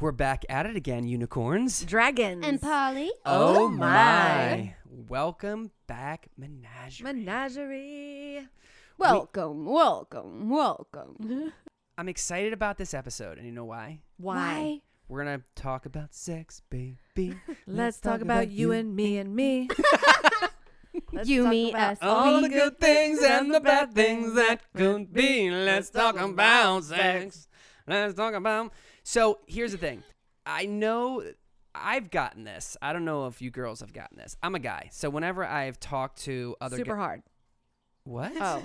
We're back at it again, unicorns. Dragons. And Polly. Oh my. Welcome back, Menagerie. Menagerie. Welcome, welcome, welcome. I'm excited about this episode, and you know why? Why? We're gonna talk about sex, baby. Let's talk about you and me and me. Let's You, talk me, about us. all the good things and the bad things that could be. Let's talk about sex. Let's talk about. So here's the thing. I know I've gotten this. I don't know if you girls have gotten this. I'm a guy, so whenever I've talked to other Super gu- hard. what? Oh.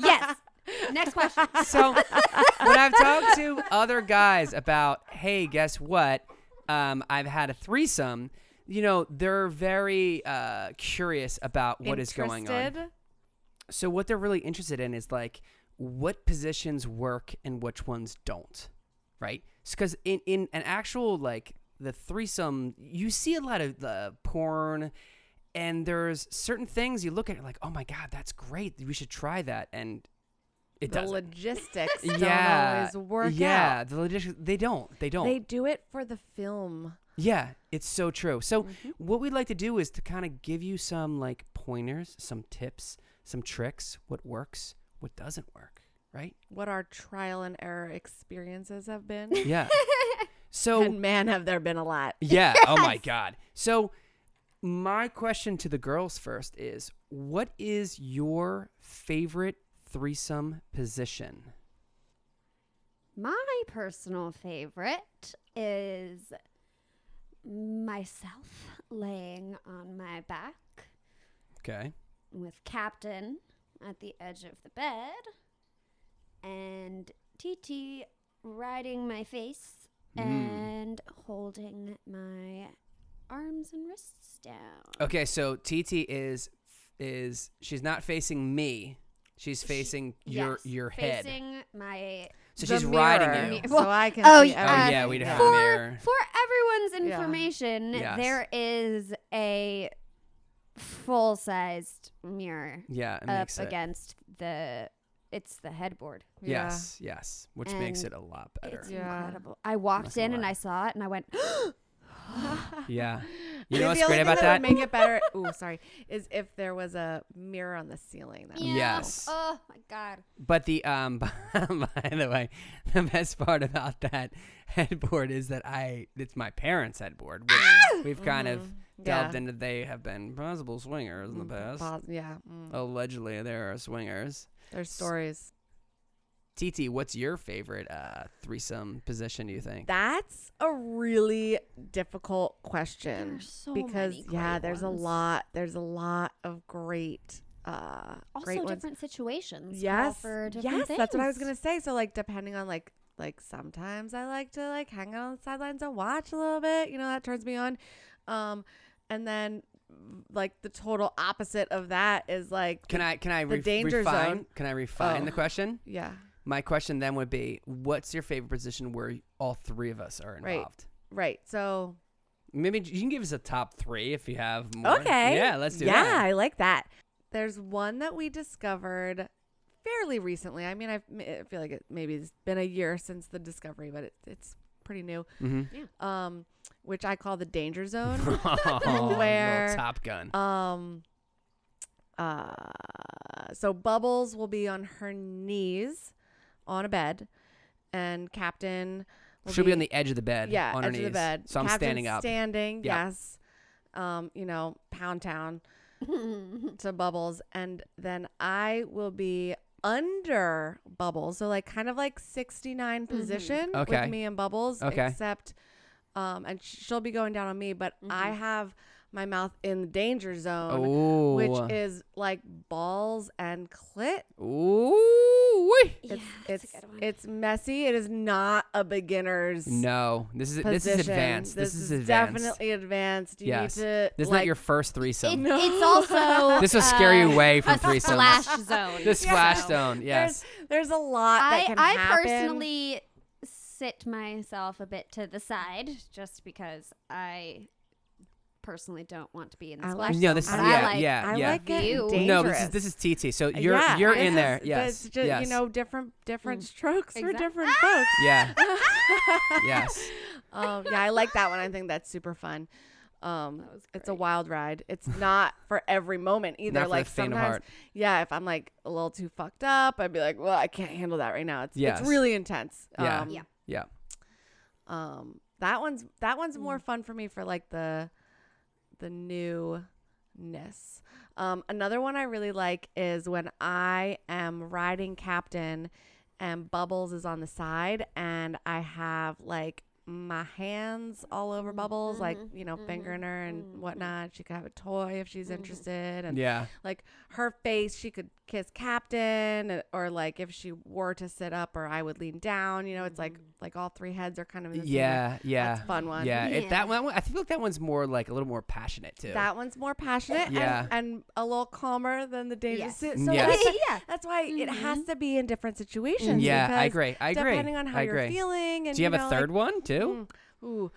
yes. Next question. So when I've talked to other guys about, hey, guess what? Um, I've had a threesome. You know, they're very uh, curious about what is going on. Interested? So what they're really interested in is like what positions work and which ones don't, right? Because in in an actual like the threesome, you see a lot of the porn. And there's certain things you look at, you're like, oh my god, that's great. We should try that, and it The doesn't logistics don't yeah, always work yeah, out. the logistics they don't. They don't. They do it for the film. yeah, it's so true. So Mm-hmm. what we'd like to do is to kind of give you some like pointers, some tips, some tricks, what works, what doesn't work, right? What our trial and error experiences have been. Yeah. And so man, have there been a lot. yeah, oh my god. So my question to the girls first is what is your favorite threesome position? My personal favorite is myself laying on my back Okay. with Captain at the edge of the bed and TT riding my face and holding my arms and wrists down. Okay, so TT is is she's not facing me. She's facing your Yes, your head. Facing my So The she's riding mirror, you. So I can Oh, see yeah. oh everything. yeah, we'd have For, a mirror. for everyone's Yeah. information, Yes. there is a full-sized mirror Yeah, it up makes it. against the it's the headboard. Yeah. Mm. Yes, yes, which makes it And a lot better. It's Yeah. incredible. I walked Nothing in and left. I saw it and I went, Yeah. You Maybe know what's great the only thing about that that? would make it better. Ooh, sorry. Is if there was a mirror on the ceiling. That "Yeah, Yes. Oh my god. But the um by the way, the best part about that headboard is that I it's my parents' headboard. Which Ah! we've kind of delved Mm-hmm. Yeah. into they have been possible swingers in the past. Pos- yeah. Mm. Allegedly there are swingers. There's stories. TT, what's your favorite uh, threesome position? Do you think? That's a really difficult question. There's so because many yeah, great there's a ones. lot. There's a lot of great uh Also great ones. different situations. call yes. For different yes, that's what I was things. going to say. So like depending on like like sometimes I like to like hang out on the sidelines and watch a little bit, you know, that turns me on. Um and then like the total opposite of that is like Can I can I The re- danger refine? zone. Can I refine Oh. the question? yeah, My question then would be, what's your favorite position where all three of us are Right. involved? right. So Maybe you can give us a top three if you have more. Okay. Yeah, let's do yeah, that. I like that. There's one that we discovered fairly recently. I mean, I've, I feel like it maybe it's been a year since the discovery, but it, it's pretty new. Mhm. Um, which I call the danger zone. Oh, little Where- Top Gun. Um uh so Bubbles will be on her knees on a bed and Captain will She'll be on the edge of the bed. yeah, on her edge of knees. the bed. So I'm Captain's standing up. Standing, Yeah. yes. Um, you know, pound town to bubbles and then I will be under bubbles. So like kind of like 69 Mm-hmm. position Okay. with me and bubbles Okay. except um and sh- she'll be going down on me, but I Mm-hmm. have my mouth in the danger zone Ooh. which is like balls and clit. Ooh. Yeah, It's that's it's a good one. it's messy. It is not a beginner's No, this is this is position. advanced. This, is, advanced. definitely advanced. You yes. need to this is like, not your first It- threesome. It's also uh, This will scare you away from a threesomes. splash zone. The splash So, zone, yes. there's, there's a lot I that can I happen. personally sit myself a bit to the side just because I personally don't want to be in the I splash like- zone. No, this is but yeah, I like yeah, I yeah. like it. You. Dangerous. No, this is this is TT. So you're Uh, Yeah, you're this in there. is- yes. It's just, yes. Mm. You know, different different strokes for Exact- different folks. Yeah. yes. um, yeah, I like that one. I think that's super fun. Um, was it's a great. wild ride. It's not for every moment either. Not for the like faint of sometimes, heart. yeah, if I'm like a little too fucked up, I'd be like, well, I can't handle that right now. It's Yes. it's really intense. Yeah. Um, Yeah. Yeah. um, that one's that one's more fun for me for like the the newness. Um, another one I really like is when I am riding captain and Bubbles is on the side and I have like my hands all over Bubbles, like, you know, fingering her and whatnot. She could have a toy if she's interested. And Yeah. like her face she could kiss captain and- or like if she were to sit up or i would lean down you know it's like like all three heads are kind of in the same- Mm-hmm. Yeah. Yeah. that's a fun one Yeah. It, Yeah. that one. I feel like that one's more like a little more passionate too. that one's more passionate Yeah. and, and a little calmer than the danger Yes. Mm-hmm. suit so Yes. that's, Yeah. that's why it has to be in different situations Mm, yeah. I because agree. I agree. depending on how I you're agree. feeling and Do you have know, a like, third one too? ooh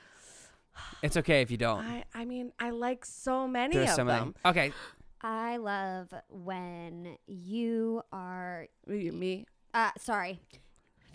It's okay if you don't. I, I mean i like so many There's of some them of them. Okay. I love when you are You- me uh sorry.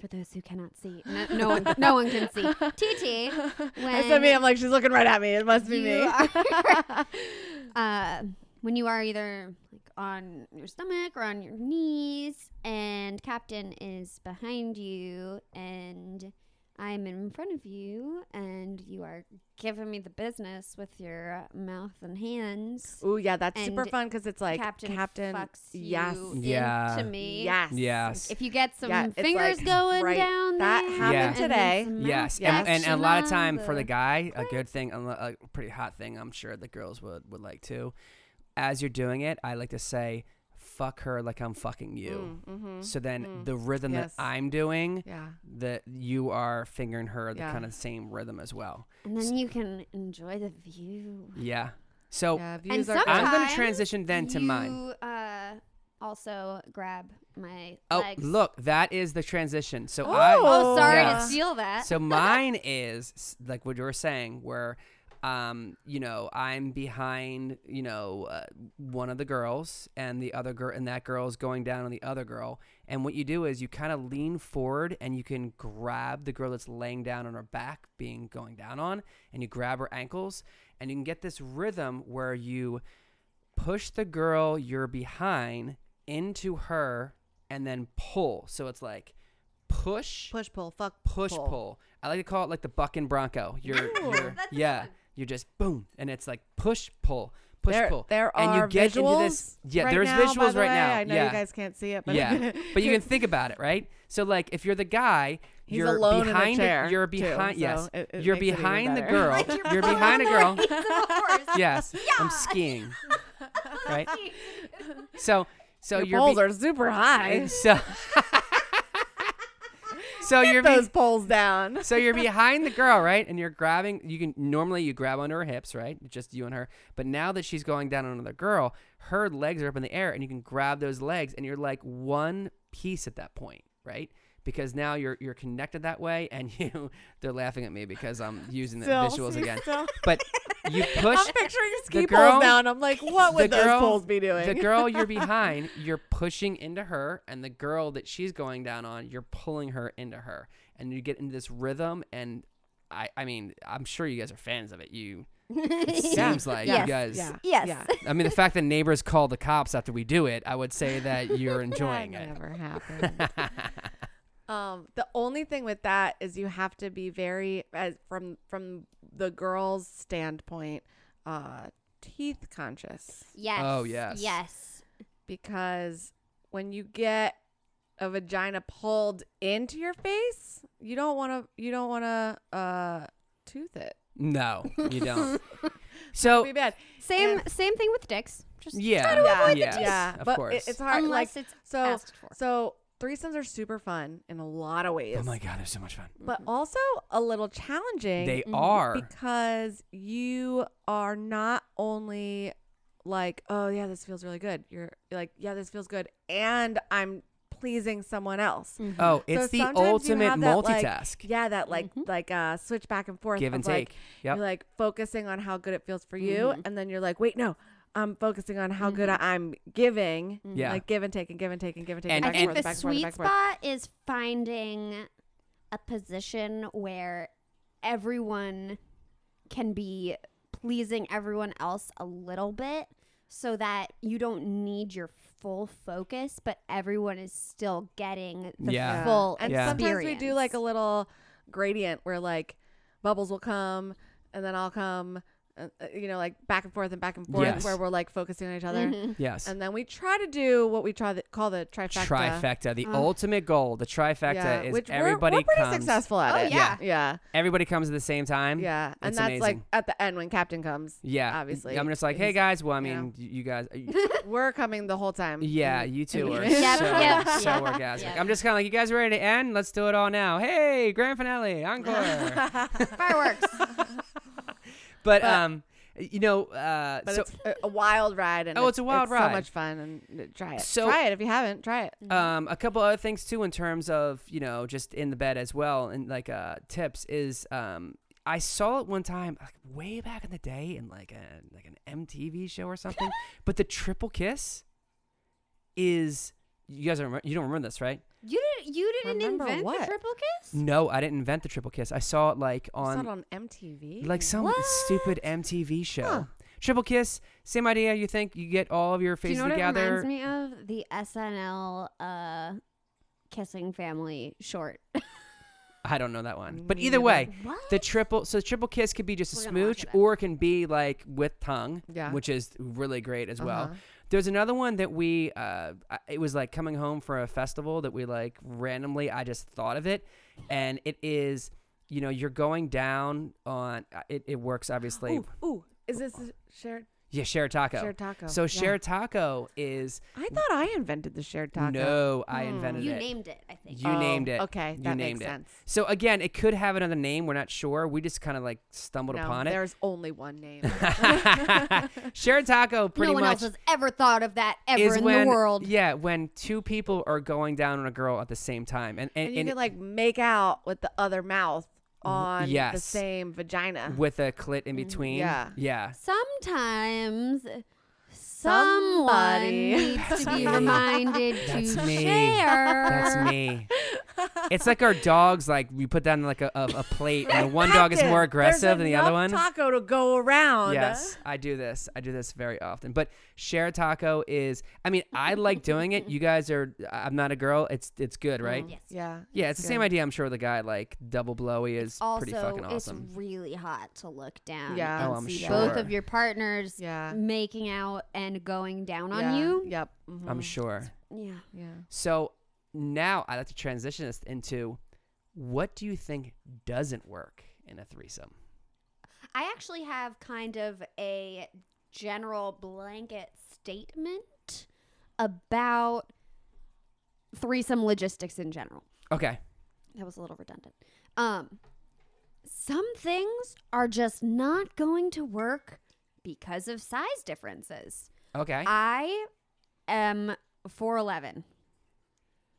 For those who cannot see, no, no one, no one can see. TT, when i said me i'm like she's looking right at me it must be you me are, uh, when you are either like on your stomach or on your knees, and Captain is behind you, and I'm in front of you, and you are giving me the business with your mouth and hands. Ooh, yeah, that's super And fun because it's like Captain, Captain, fucks yes, you Yeah. into me. yes, Yes. If you get some Yeah, it's like, fingers going right, down, that there, happened and then today. some mouth Yes, Yes. And, and a lot of action time on for the the- guy, a good thing, a, lo- a pretty hot thing, I'm sure the girls would would like too. As you're doing it, I like to say, "Fuck her like I'm fucking you." Mm-hmm. So then the rhythm Yes. that I'm doing, Yeah. that you are fingering her, the Yeah. kind of same rhythm as well. And then you can enjoy the view. Yeah. So yeah, And views I'm are sometimes gonna transition then to mine. You uh, also grab my Oh, legs. look, that is the transition. So I Oh, sorry Yes. to steal that. so mine is s- like what you were saying where um you know i'm behind you know uh, one of the girls and the other girl and that girl's going down on the other girl and what you do is you kind of lean forward and you can grab the girl that's laying down on her back being going down on and you grab her ankles and you can get this rhythm where you push the girl you're behind into her and then pull so it's like push push pull fuck push pull. I like to call it like the buck and bronco. You're, you're That's a yeah, good one. you're just boom, and it's like push pull, push there, pull, There and are you get visuals. into this. Yeah, right there's now, by visuals the right way. now. I know yeah. you guys can't see it, but yeah, but you can think about it, right? So like, if you're the guy, He's you're alone in a behind, chair, you're too, behind, so yes, it- it you're makes it even behind the better. girl, Like, you're behind a girl, It's a horse. yes, I'm skiing, right? So, so your you're poles be- are super high. so, so you're be- Those poles down. so you're behind the girl, right? And you're grabbing. You can normally you grab onto her hips, right? Just you and her. But now that she's going down on another girl, her legs are up in the air, and you can grab those legs, and you're like one piece at that point, right? Because now you're you're connected that way, and you they're laughing at me because I'm using the Still, visuals see, again. still. But you push I'm picturing ski girl- poles down. I'm like, what would the those girl- poles be doing? the girl you're behind, you're pushing into her, and the girl that she's going down on, you're pulling her into her, and you get into this rhythm. And I, I mean, I'm sure you guys are fans of it. You it seems like Yes. you guys. yeah. Yes. Yeah. I mean, the fact that neighbors call the cops after we do it, I would say that you're enjoying that it. never happened. um, the only thing with that is you have to be very as from from the girl's standpoint, uh, teeth conscious Yes. Oh, yes. Yes. because when you get a vagina pulled into your face, you don't want to you don't want to uh tooth it. No, you don't. So It'd be bad. Same same thing with dicks. Just yeah, oh, Yeah, yes, yeah, of but it- course. it's hard. unless like, it's so asked for. so threesomes are super fun in a lot of ways, oh my god, they're so much fun. but Mm-hmm. also a little challenging. They are. because you are not only like oh yeah this feels really good you're you're like yeah this feels good and i'm pleasing someone else Oh, it's So the sometimes you ultimate have that, like- multitask. Mm-hmm. yeah that like like uh switch back and forth Give of, and like, take. Yep. Mm-hmm. you're like focusing on how good it feels for you and then you're like wait no i'm focusing on how good i'm giving Mm-hmm. Yeah. like give and take and give and take and give and take And- back and- I forth, think the back forth, sweet back forth. spot is finding a position where everyone can be pleasing everyone else a little bit so that you don't need your full focus but everyone is still getting the Yeah. full and Yeah. sometimes we do like a experience. little gradient where like bubbles will come and then I'll come, uh, uh, you know, like back and forth and back and forth Yes. where we're like focusing on each other. Mm-hmm. Yes. And then we try to do what we try to call the trifecta. Mm. Trifecta. The Ugh. ultimate goal. The trifecta Yeah, is which we're- everybody we're, pretty comes. successful at Oh, it. yeah. yeah, Everybody comes at the same time. yeah. And It's that's like amazing. at the end when Captain comes. Yeah. obviously, I'm just like, hey he's- guys. Well, I mean, you know. y- you guys. We're coming the whole time. Mm-hmm. Yeah, you two Yeah. are Yeah, so, yeah, so yeah. orgasmic. Yeah. I'm just kind of like, you guys ready to end? Let's do it all now. Hey, grand finale, encore. fireworks but, um, you know, uh, But so it's a, a wild ride, and Oh, it's a wild So ride. much fun, and uh, try it. So- try it if you haven't. Try it. Mm-hmm. um, a couple other things too in terms of you know just in the bed as well and like uh tips is um I saw it one time like way back in the day in like a like an MTV show or something. but the triple kiss is you guys remember you don't remember this right? you didn't you didn't Remember invent what? the triple kiss No, I didn't invent the triple kiss. I saw it like it's on not on MTV. like some What? stupid MTV show. Huh. Triple kiss, same idea. You think you get all of your do you faces know what it together? reminds me of the snl uh kissing family short I don't know that one, but Me either neither. way, what The triple, so the triple kiss could be just a We're gonna watch smooch, it after. or it can be like with tongue, Yeah. which is really great as well. Uh-huh. There's another one that we, uh, I- it was like coming home for a festival that we like randomly. I just thought of it, and it is, you know, you're going down on. uh, It, it works obviously. Ooh, ooh, is this a shared Yeah, share taco. shared taco? So Yeah. share taco is I thought I invented the shared taco. no, I Hmm. invented you it. named it i think you Oh, named it. Okay, You that named it. makes sense. so again, it could have another name. We're not sure. We just kind of like stumbled No, upon it. there's only one name. Share taco pretty no one much else has ever thought of that ever is in when the world yeah when two people are going down on a girl at the same time and and, and you and can like make out with the other mouth on the yes. same vagina. with a clit in between Yeah. yeah sometimes someone Somebody. needs to me. be reminded That's to me. share that's me it's like our dogs like we put down like a, a, a plate and the one dog is Captain, more there's aggressive than the other one enough Taco to go around. Yes, I do this. I do this very often. But share taco is. I mean, I like doing it. You guys are. I'm not a girl. It's it's good, right? yes Yeah. Yeah, it's the same idea. I'm sure the guy like double blowy is also pretty fucking awesome. it's really hot to look down Yeah. and Oh, I'm see sure. both of your partners Yeah. making out and going down on Yeah. you Yep. mhm, I'm sure. yeah Yeah. So now I'd like to transition this into what do you think doesn't work in a threesome? i actually have kind of a general blanket statement about threesome logistics in general Okay. That was a little redundant. Um, some things are just not going to work because of size differences. Okay. Uh, I am 4'11.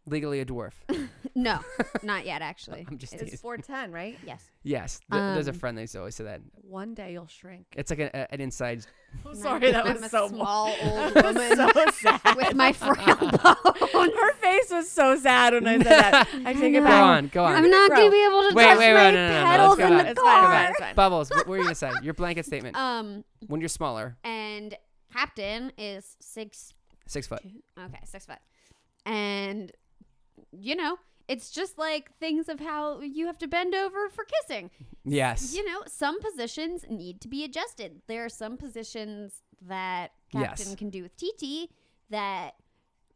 Legally a dwarf. No, not yet, actually. I'm just It's- teasing. It's 410, right? Yes. Yes. Th- there's a Um, friend that used to always say that. One day you'll shrink. It's like a, a- an inside. I'm And sorry, I'm- that I'm was a so mo- small old That was woman so sad. with my frown bone. Her face was so sad when I said that. I take it Go back. on. Go on. I'm not Bro. going to be able to Wait, touch wait, my wait, no, no, no, no, let's pedals go in back. the It's fine, it's fine, car. it's fine. Bubbles, what were you going to say? Your blanket statement. Um, when you're smaller, and Captain is six six foot. Okay, six foot. And you know, it's just like things of how you have to bend over for kissing. Yes. You know, some positions need to be adjusted. There are some positions that Yes. Captain can do with TT that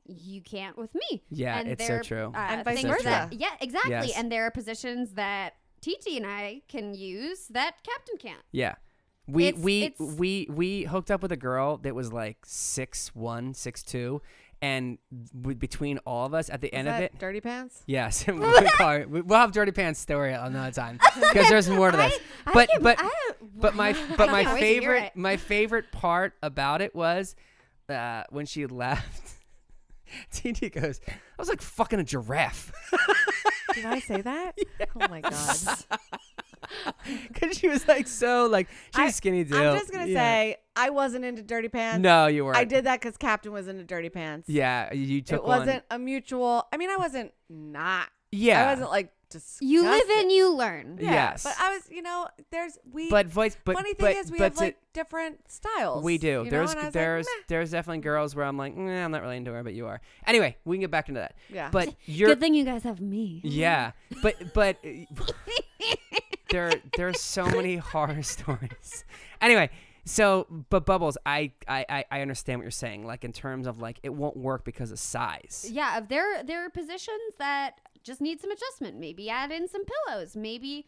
you can't with me. Yeah, it's so there are, true. uh, And vice things that- versa. yeah, exactly. Yes. And there are positions that TT and I can use that Captain can't. Yeah. We It's- we it's- we we hooked up with a girl that was like six one, six two, and w- between all of us at the Is end that of it, Dirty pants? Yes, we call her- we- we'll have dirty pants story another time because there's more to this. I But can't- but I- but my I but can't my wait to hear favorite it. my favorite part about it was uh, when she left. TT goes, I was like fucking a giraffe Did I say that? Oh my god. because she was like so like she's I- skinny dude. I'm just gonna say I wasn't into dirty pants. no, you were. I did that because Captain was into dirty pants. Yeah, you took it one. wasn't a mutual. I mean, I wasn't not yeah. I wasn't like disgusted. You live and you learn. Yeah, Yes. But I was, you know, there's we. but voice, but funny but, thing is, we but have to- like different styles. we do. you know, There's and I was like, there's meh. there's definitely girls where I'm like, "Nah, I'm not really into her, but you are. Anyway, we can get back into that. Yeah. But you're Good thing you guys have me. yeah. But but uh, there there's so many horror stories. Anyway, so but bubbles, I, I I I understand what you're saying. Like in terms of like it won't work because of size. Yeah, there there are positions that just need some adjustment. Maybe add in some pillows. Maybe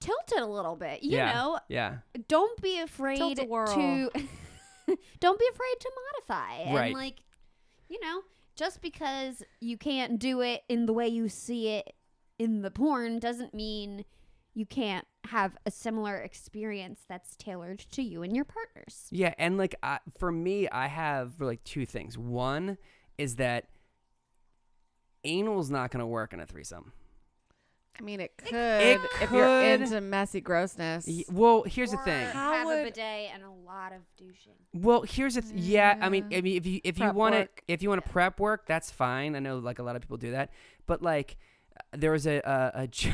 tilt it a little bit. You yeah. know, Yeah. don't be afraid Tilt-a-whirl. to don't be afraid to modify Right. and like you know just because you can't do it in the way you see it in the porn doesn't mean you can't have a similar experience that's tailored to you and your partners Yeah, and like I, for me, I have like two things. One is that anal's not going to work in a threesome. I mean, it could, It if you're could. into messy grossness. Y- Well, here's the thing. Or- How have a would- bidet and a lot of douching Well, here's the th- yeah. I mean, I mean, if you if you Prep want to work. if you want to prep work, that's fine. I know like a lot of people do that, but like uh, there was a a, a jo-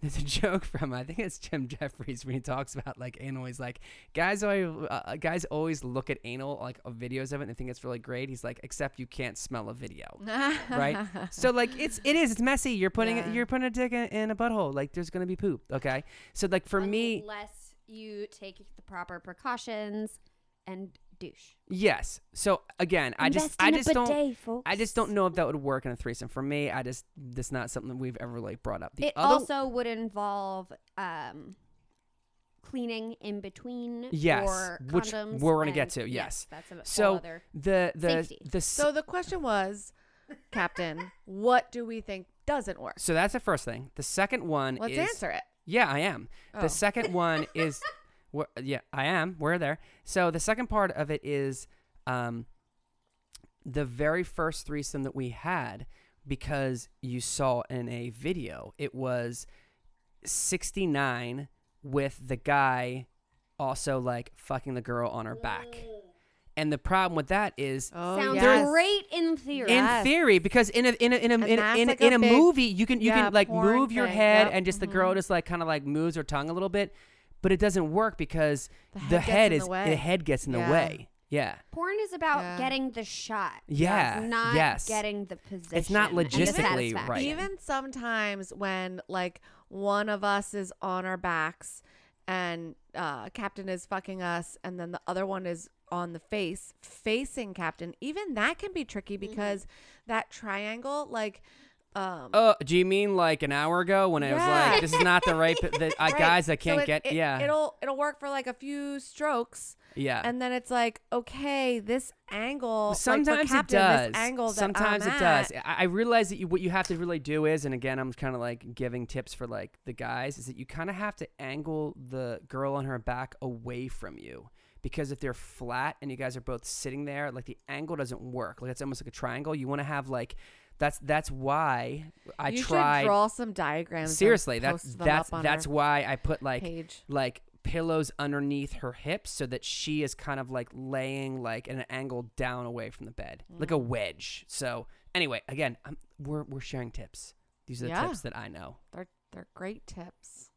there's a joke from I think it's Jim Jeffries when he talks about like anal. He's like guys always uh, guys always look at anal like uh, videos of it and they think it's really great. He's like except you can't smell a video. right? so like it's it is it's messy. You're putting Yeah. you're putting a dick in, in a butthole. Like there's gonna be poop. Okay. So like for me, unless you take the proper precautions and douche yes. So again, I just Invest I in a just don't bidet, folks. I just don't know if that would work in a threesome. For me, I just that's not something that we've ever like brought up. The it other also would involve um, cleaning in between. Yes, for which condoms we're gonna get and- to, yes. that's a whole so other. the the Safety. the So so, the question was, Captain, what do we think doesn't work? so that's the first thing. The second one Let's is answer it. Yeah, I am. Oh. The second one is, wh- yeah, I am. We're there. So the second part of it is, um, the very first threesome that we had because you saw in a video. It was sixty nine with the guy also like fucking the girl on her back, and the problem with that is. Oh, Sounds yes. great in theory. In Yes. theory, because in a in a in a, And in a, that's in a, like a in a big- movie, you can you yeah, can like porn move your thing. head Yep. Mm-hmm. and just the girl just like kind of like moves her tongue a little bit, but it doesn't work because The the head, head gets in is the the, way. head gets in Yeah. the way. Yeah, Porn is about Yeah. getting the shot. Yeah, Not yes. getting the position. not and the logistically satisfaction. right. Even sometimes when like one of us is on our backs and uh, Captain is fucking us, and then the other one is on the face facing Captain. Even that can be tricky because that triangle, like, um, Oh, do you mean like an hour ago when it was Yeah. like this is not the right the, uh, right. guys I So can't it- get it- yeah it'll it'll work for like a few strokes, yeah and then it's like okay, this angle. like, for sometimes it Captain, does This angle that sometimes I'm it does at- I, I realize that you what you have to really do is and again I'm kind of like giving tips for like the guys is that you kind of have to angle the girl on her back away from you because if they're flat and you guys are both sitting there like the angle doesn't work like it's almost like a triangle you want to have like that's that's why I you tried should draw some diagrams. and seriously that's post them that's up on that's our why I put like page. like pillows underneath her hips so that she is kind of like laying like at an angle down away from the bed like Mm. a wedge so anyway again i we're, we're sharing tips these are the Yeah. tips that i know They're they're great tips.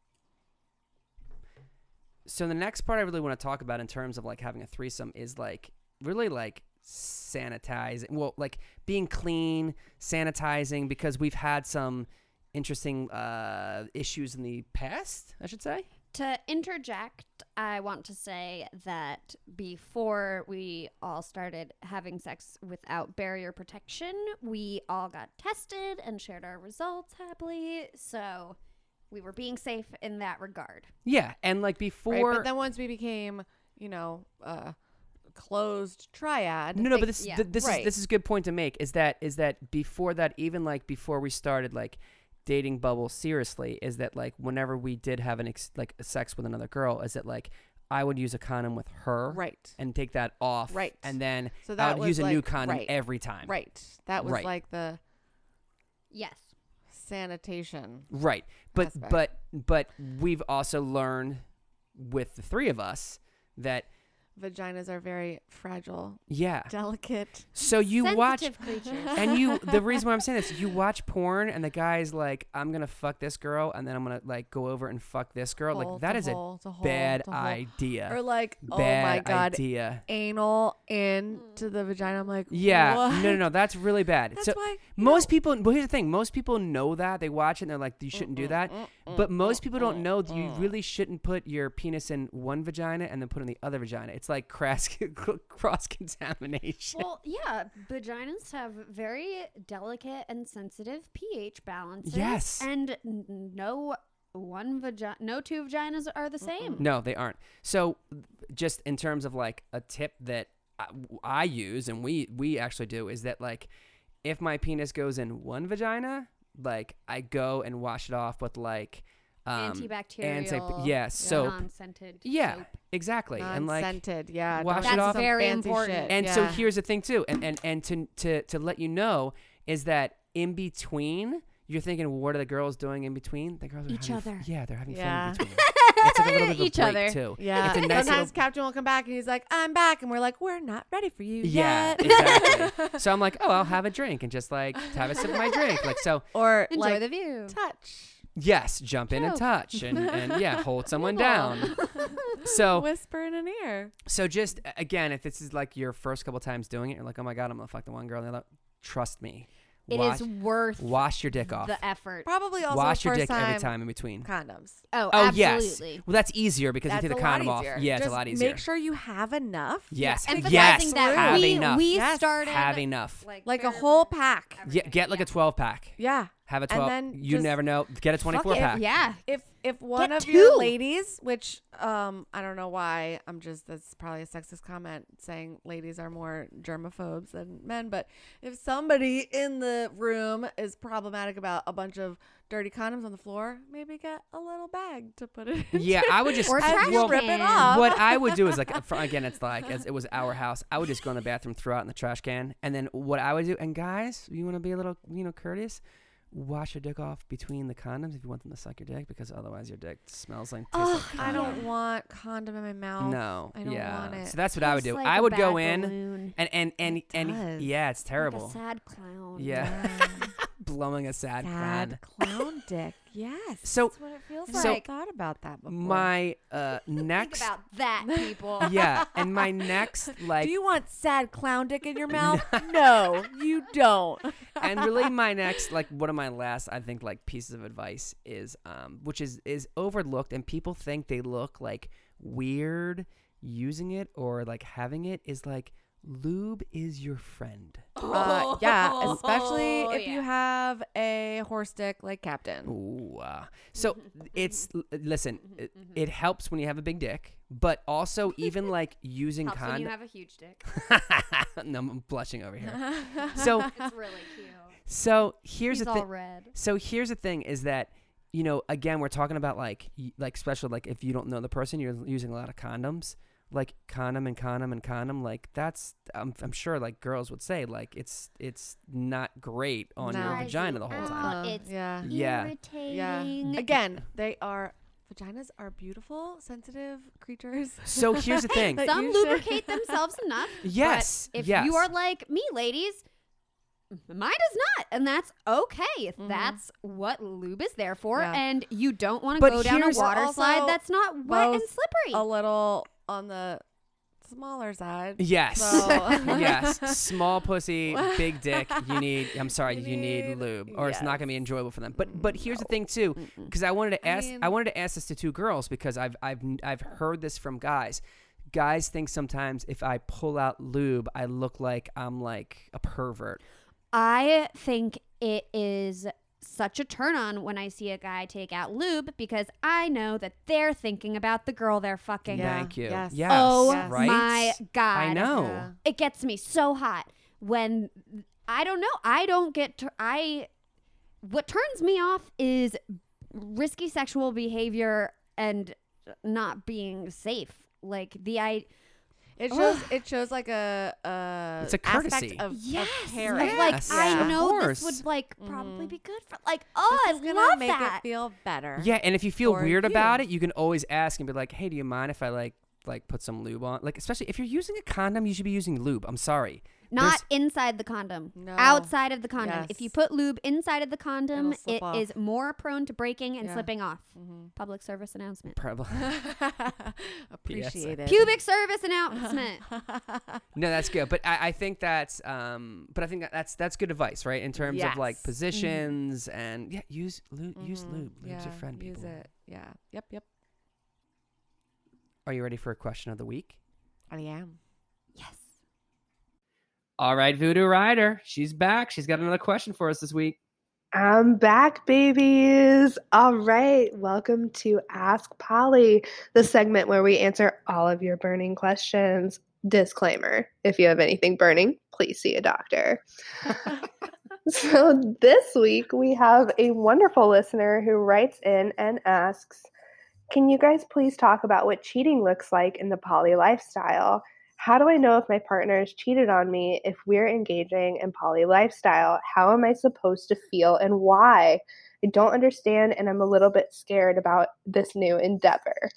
so the next part i really want to talk about in terms of like having a threesome is like really like sanitizing well like being clean sanitizing because we've had some interesting uh issues in the past i should say To interject, I want to say that before we all started having sex without barrier protection, we all got tested and shared our results happily. So we were being safe in that regard. yeah and like Right? before But then once we became, you know, uh, closed triad. No, no, like- but this yeah, th- this right. is this is a good point to make. Is that is that before that even like before we started like dating bubble seriously is that like whenever we did have an ex- like sex with another girl is that like I would use a condom with her Right. and take that off Right. and then So I that would was use a new like- condom right, every time Right. That was Right. like the Yes. sanitation. right but Aspect. but but we've also learned with the three of us that vaginas are very fragile, Yeah. delicate. So you watch Sensitive creatures. and you the reason why I'm saying this, you watch porn and the guy's like, I'm gonna fuck this girl and then I'm gonna like go over and fuck this girl. Hole like that to is a hole to hole bad to hole. idea. Or like, bad oh my god, idea. anal into the vagina. I'm like, Yeah. what? No, no, no, that's really bad. That's so why you most people well here's the thing, most people know that. They watch it and they're like, You shouldn't do that. But most people don't know that you really shouldn't put your penis in one vagina and then put it in the other vagina. It's like cross cross contamination. Well, yeah, vaginas have very delicate and sensitive pH balances. Yes. and n- no one vagina, no two vaginas are the same. No, they aren't. So, just in terms of like a tip that I, I use and we we actually do is that like if my penis goes in one vagina, like I go and wash it off with like um, Antibacterial. anti- yeah, soap. non-scented. Yeah, soap. exactly. And like scented. Yeah, wash don't it do off. some Very fancy important. shit. And so Yeah. here's the thing too, and and and to to to let you know is that in between. You're thinking, what are the girls doing in between? The girls are Each having, other. Yeah, they're having fun in between. it's like a little bit of a Each break other. too. Yeah. it's a nice Sometimes little Captain will come back and he's like, I'm back. And we're like, we're not ready for you Yeah, yet. exactly. so I'm like, oh, I'll have a drink and just like have a sip of my drink. Like, so or Enjoy like, the view. touch. yes, jump in and Joke. touch and, and yeah, hold someone down. So, Whisper in an ear. so just a- again, if this is like your first couple times doing it, you're like, oh my God, I'm gonna fuck the one girl. And they're like, trust me. It wash, is worth wash your dick off. the effort. Probably also Wash your first dick every time in between. Condoms. Oh, Oh, absolutely. yes. Well, that's easier because That's you take a the lot condom off. easier. Yeah, it's Just a lot easier. Make sure you have enough. yes, Emphasizing yes. that have we, enough. we Yes. started have enough. Like a there- whole pack. Yeah, get like a 12 pack. Yeah. Have a And 12. then you just never know. Get a 24 it. pack. Yeah. If if one Get of your two. ladies, which um I don't know why, I'm just that's probably a sexist comment saying ladies are more germaphobes than men, but if somebody in the room is problematic about a bunch of dirty condoms on the floor, maybe get a little bag to put it. in. Yeah, I would just Or trash well, rip it can. off. what I would do is like uh, for, again, it's like as it was our house. I would just go in the bathroom, throw out in the trash can, and then what I would do. And guys, you want to be a little, you know, courteous. Wash your dick off between the condoms if you want them to suck your dick, because otherwise your dick smells like. tastes like I condom. don't want condom in my mouth. No. I don't yeah. want it. So that's what I would Tastes do. like I a would go bad in balloon. and and and and does. yeah, it's Like terrible. a sad clown. yeah, blowing a sad, Sad clown. Oh, clown dick. Yes. So That's what it feels I So- like. thought about that before. my uh next. Think about that, people. yeah, and my next like Do you want sad clown dick in your mouth? no, you don't. and really my next like one of my last i think like pieces of advice is um which is is overlooked and people think they look like weird using it or like having it is like lube is your friend Uh, yeah, especially Oh, if you yeah. have a horse dick like Captain. Ooh, uh, so it's l- listen Mm-hmm, it, it helps when you have a big dick but also even like using Helps when you condom have a huge dick. no, i'm blushing over here so It's really cute. so here's He's the all thing red. So here's the thing: is that you know, again, we're talking about like y- like special like if you don't know the person, you're using a lot of condoms, like condom and condom and condom. Like that's I'm, I'm sure like girls would say like it's it's not great on your No. vagina the whole time. Uh, it's- Um, yeah. Yeah. Irritating. Yeah. Again, they are vaginas are beautiful, sensitive creatures. So here's the thing. But Some you should- lubricate themselves enough. but Yes, if yes. you are like me, ladies, mine does not, and that's okay. That's what lube is there for, Yeah. and you don't want to But go down a here's water also slide that's not wet and both A slippery. little on the smaller side. Yes. So- yes. Small pussy, big dick. You need. I'm sorry. You, You need, need- lube, or it's not gonna be enjoyable for them. But but here's the thing too, because I wanted to I ask. I, mean- wanted to ask this to two girls because I've I've I've heard this from guys. Guys think sometimes if I pull out lube, I look like I'm like a pervert. I think it is such a turn on when I see a guy take out lube because I know that they're thinking about the girl they're fucking. Yeah. Thank you. Yes. Yes. Oh Yes. right? my god. I know. Yeah. it gets me so hot when I don't know. I don't get tur- I what turns me off is risky sexual behavior and not being safe. Like the I It shows it shows like a, a It's a courtesy. aspect of, yes, of of, caring. like Yes. I Yeah. Of know course. this would like probably be good for like oh Mm-hmm. This is I gonna love make that. it feel better. Yeah, and if you feel for weird you. about it, you can always ask and be like, "Hey, do you mind if I like like put some lube on. Like especially if you're using a condom, you should be using lube. I'm sorry. Not There's- inside the condom. No. Outside of the condom. If you Yes. put lube inside of the condom, It'll slip it off. is more prone to breaking and Yeah. slipping off. Mhm. Public service announcement. Probably. Appreciate it. Pubic service announcement. No, that's good. But I, I think that's um but I think that- that's that's good advice, right? In terms of like Yes. Mhm. positions and yeah, use lube use Mhm. lube. Lube's your Yeah, friend people. Use it. Yeah. Yep. Yep. Are you ready for a question of the week? I am. yes. All right, Voodoo Rider. She's back. She's got another question for us this week. I'm back, babies. All right. Welcome to Ask Polly, the segment where we answer all of your burning questions. Disclaimer if you have anything burning, please see a doctor. so, this week we have a wonderful listener who writes in and asks Can you guys please talk about what cheating looks like in the poly lifestyle? How do I know if my partner has cheated on me if we're engaging in poly lifestyle? How am I supposed to feel and why? I don't understand and I'm a little bit scared about this new endeavor.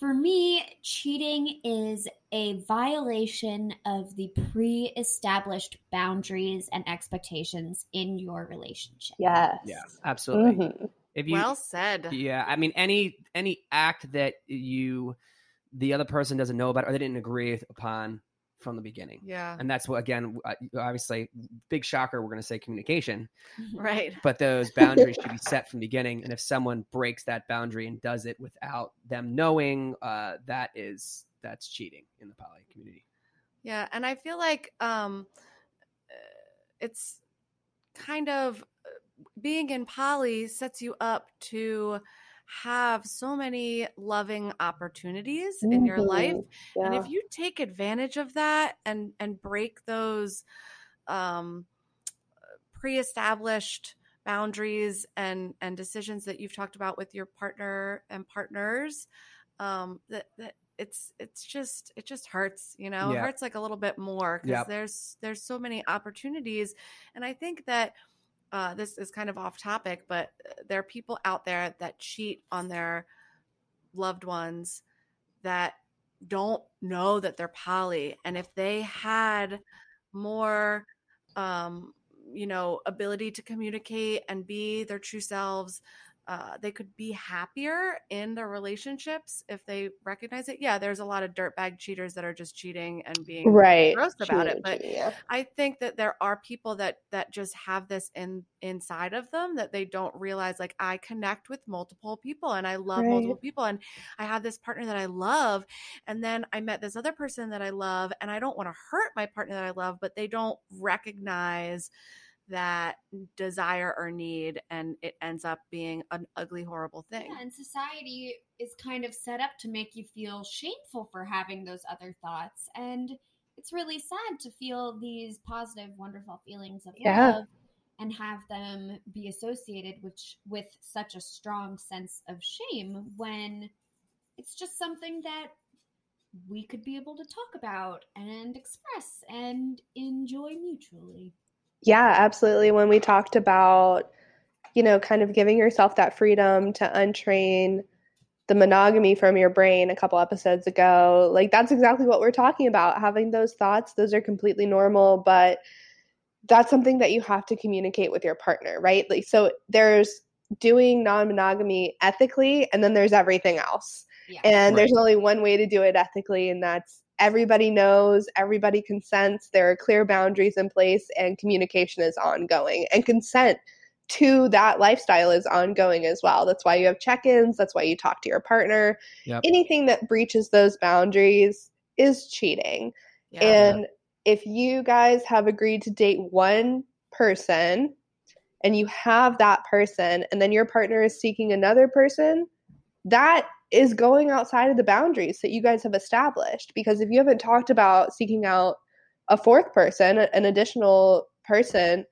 For me, cheating is a violation of the pre established boundaries and expectations in your relationship. Yes. Yeah, absolutely. Mhm. If you well said. Yeah, I mean any any act that you the other person doesn't know about or they didn't agree upon from the beginning. Yeah. And that's what again uh, obviously big shocker we're going to say communication, Mm-hmm. Right. but those boundaries should be set from the beginning and if someone breaks that boundary and does it without them knowing, uh that is that's cheating in the poly community. Yeah, and I feel like um uh, it's kind of uh, being in poly sets you up to have so many loving opportunities in Mm-hmm. your life Mhm. and Yeah. if you take advantage of that and and break those um pre-established boundaries and and decisions that you've talked about with your partner and partners um that that it's it's just it just hurts you know it Yeah. hurts like a little bit more because Yep. there's there's so many opportunities and i think that uh, this is kind of off topic but uh, there are people out there that cheat on their loved ones that don't know that they're poly and if they had more um you know ability to communicate and be their true selves uh, they could be happier in their relationships if they recognize it yeah there's a lot of dirtbag cheaters that are just cheating and being right. gross about it, but- cheating, yeah. I think that there are people that that just have this in inside of them that they don't realize like I connect with multiple people and I love Right. multiple people and I have this partner that I love and then I met this other person that I love and I don't want to hurt my partner that I love but they don't recognize that desire or need and it ends up being an ugly horrible thing. Yeah, and society is kind of set up to make you feel shameful for having those other thoughts. And it's really sad to feel these positive, wonderful feelings of Yeah. love and have them be associated with, with such a strong sense of shame when it's just something that we could be able to talk about and express and enjoy mutually. Yeah, absolutely. When we talked about, you know, kind of giving yourself that freedom to untrain the monogamy from your brain a couple episodes ago, like that's exactly what we're talking about. Having those thoughts, those are completely normal, but that's something that you have to communicate with your partner, right? Like, so there's doing non monogamy ethically, and then there's everything else. Yeah. And Right. there's only one way to do it ethically, and that's everybody knows, everybody consents, there are clear boundaries in place, and communication is ongoing. And consent to that lifestyle is ongoing as well. That's why you have check ins, that's why you talk to your partner. Yep. Anything that breaches those boundaries is cheating. Yeah. And if you guys have agreed to date one person and you have that person, and then your partner is seeking another person, that is going outside of the boundaries that you guys have established. Because if you haven't talked about seeking out a fourth person, a- an additional person,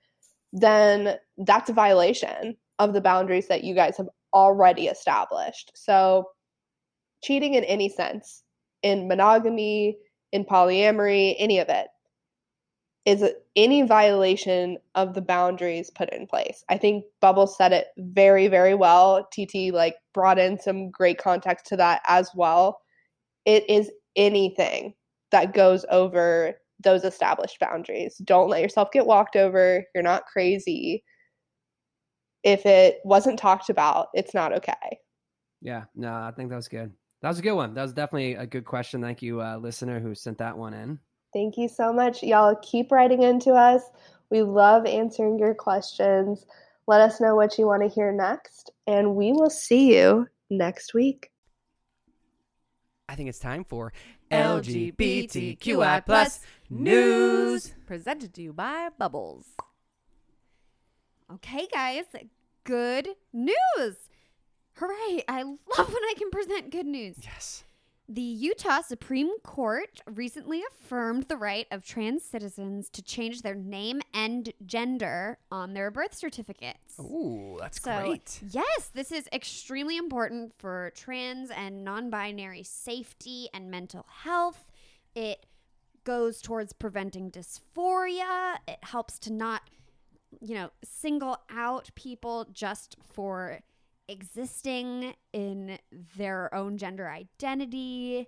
then that's a violation of the boundaries that you guys have already established. So, cheating in any sense, in monogamy, in polyamory, any of it, is any violation of the boundaries put in place. I think Bubble said it very, very well. TT like brought in some great context to that as well. It is anything that goes over those established boundaries. Don't let yourself get walked over. You're not crazy. If it wasn't talked about, it's not okay. Yeah, no, I think that was good. That was a good one. That was definitely a good question. Thank you, uh, listener, who sent that one in. Thank you so much. Y'all keep writing into us. We love answering your questions. Let us know what you want to hear next, and we will see you next week. I think it's time for LGBTQI plus news. Presented to you by Bubbles. Okay, guys, good news. Hooray! I love when I can present good news. Yes. The Utah Supreme Court recently affirmed the right of trans citizens to change their name and gender on their birth certificates. Oh. Ooh, that's So, great. Yes, this is extremely important for trans and non binary safety and mental health. It goes towards preventing dysphoria, it helps to not, you know, single out people just for existing in their own gender identity.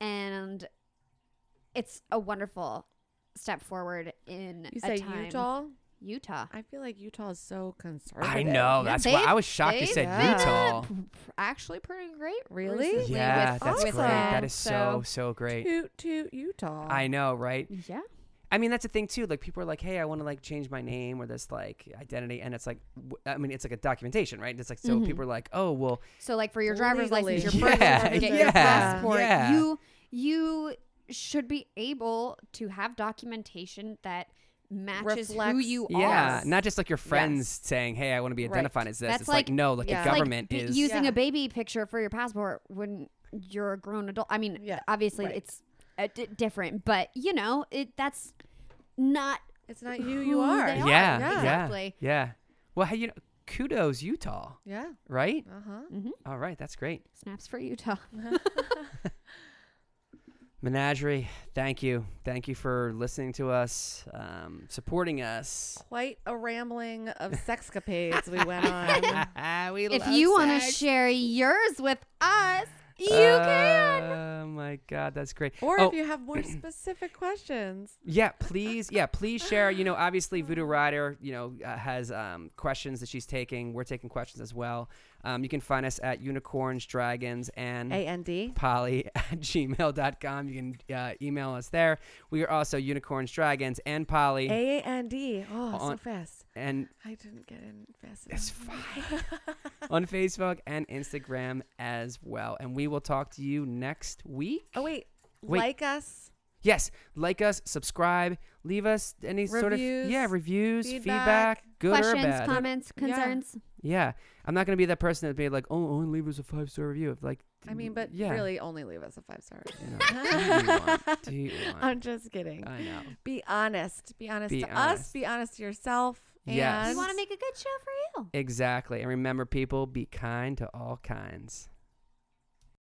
And it's a wonderful step forward in You a say time- Utah? Utah. I feel like Utah is so conservative. I know. That's why they've- I was shocked you they've said done Utah. p- p- actually pretty great. Really? recently Yeah, with- that's with great. That them, is so, so great. Toot toot Utah. I know, right? Yeah. I mean, that's the thing too. Like, people are like, "Hey, I want to like change my name or this like identity," and it's like, w- I mean, it's like a documentation, right? It's like, so Mhm. people are like, "Oh, well, So like for your driver's Legally. license, your birth Yeah, certificate, yeah, your passport, yeah. you you should be able to have documentation that matches who Reflects- you yeah," are. not just like your friends saying, "Hey, I want to be Right. identified as this." That's it's like, like- no, like yeah. the It's like government be- is. using Yeah. a baby picture for your passport when you're a grown adult. I mean, Yeah, obviously right. it's uh, d- different, but you know, it that's not It's not you. You who are. they yeah, are. yeah, Yeah. Exactly. yeah. Well, hey, you know, kudos Utah, Yeah. right? Uh Uh-huh. huh. All right, that's great. snaps for Utah. Menagerie, thank you, thank you for listening to us, um, supporting us. Quite a rambling of sexcapades we went on. we if you want to share yours with us, you Uh, can. Oh my God, that's great. Or Oh, if you have more specific questions, Yeah, please. Yeah, please share. You know, obviously, Voodoo Rider, you know, uh, has um, questions that she's taking. We're taking questions as well. Um, you can find us at unicorns, dragons, and A N D. polly at gmail.com. You can uh, email us there. We are also unicorns, dragons, and polly. A A N D. Oh, so On- fast. and I didn't get in fast enough. it's fine on Facebook and Instagram as well. And we will talk to you next week. Oh wait. Wait. Like us. Yes, like us, subscribe, leave us any sort of yeah reviews, Reviews, feedback, feedback, good or questions, bad. comments, concerns. Yeah, I'm not gonna be that person that'd be like, oh, only leave us a five star review. If like, I mean, but Mm, yeah, really, only leave us a five star. you know, do you want? Do you want? I'm just kidding. I know. Be honest. Be honest Be to us. honest. Be honest to yourself. Yes. And We want to make a good show for you. Exactly. And remember, people, be kind to all kinds.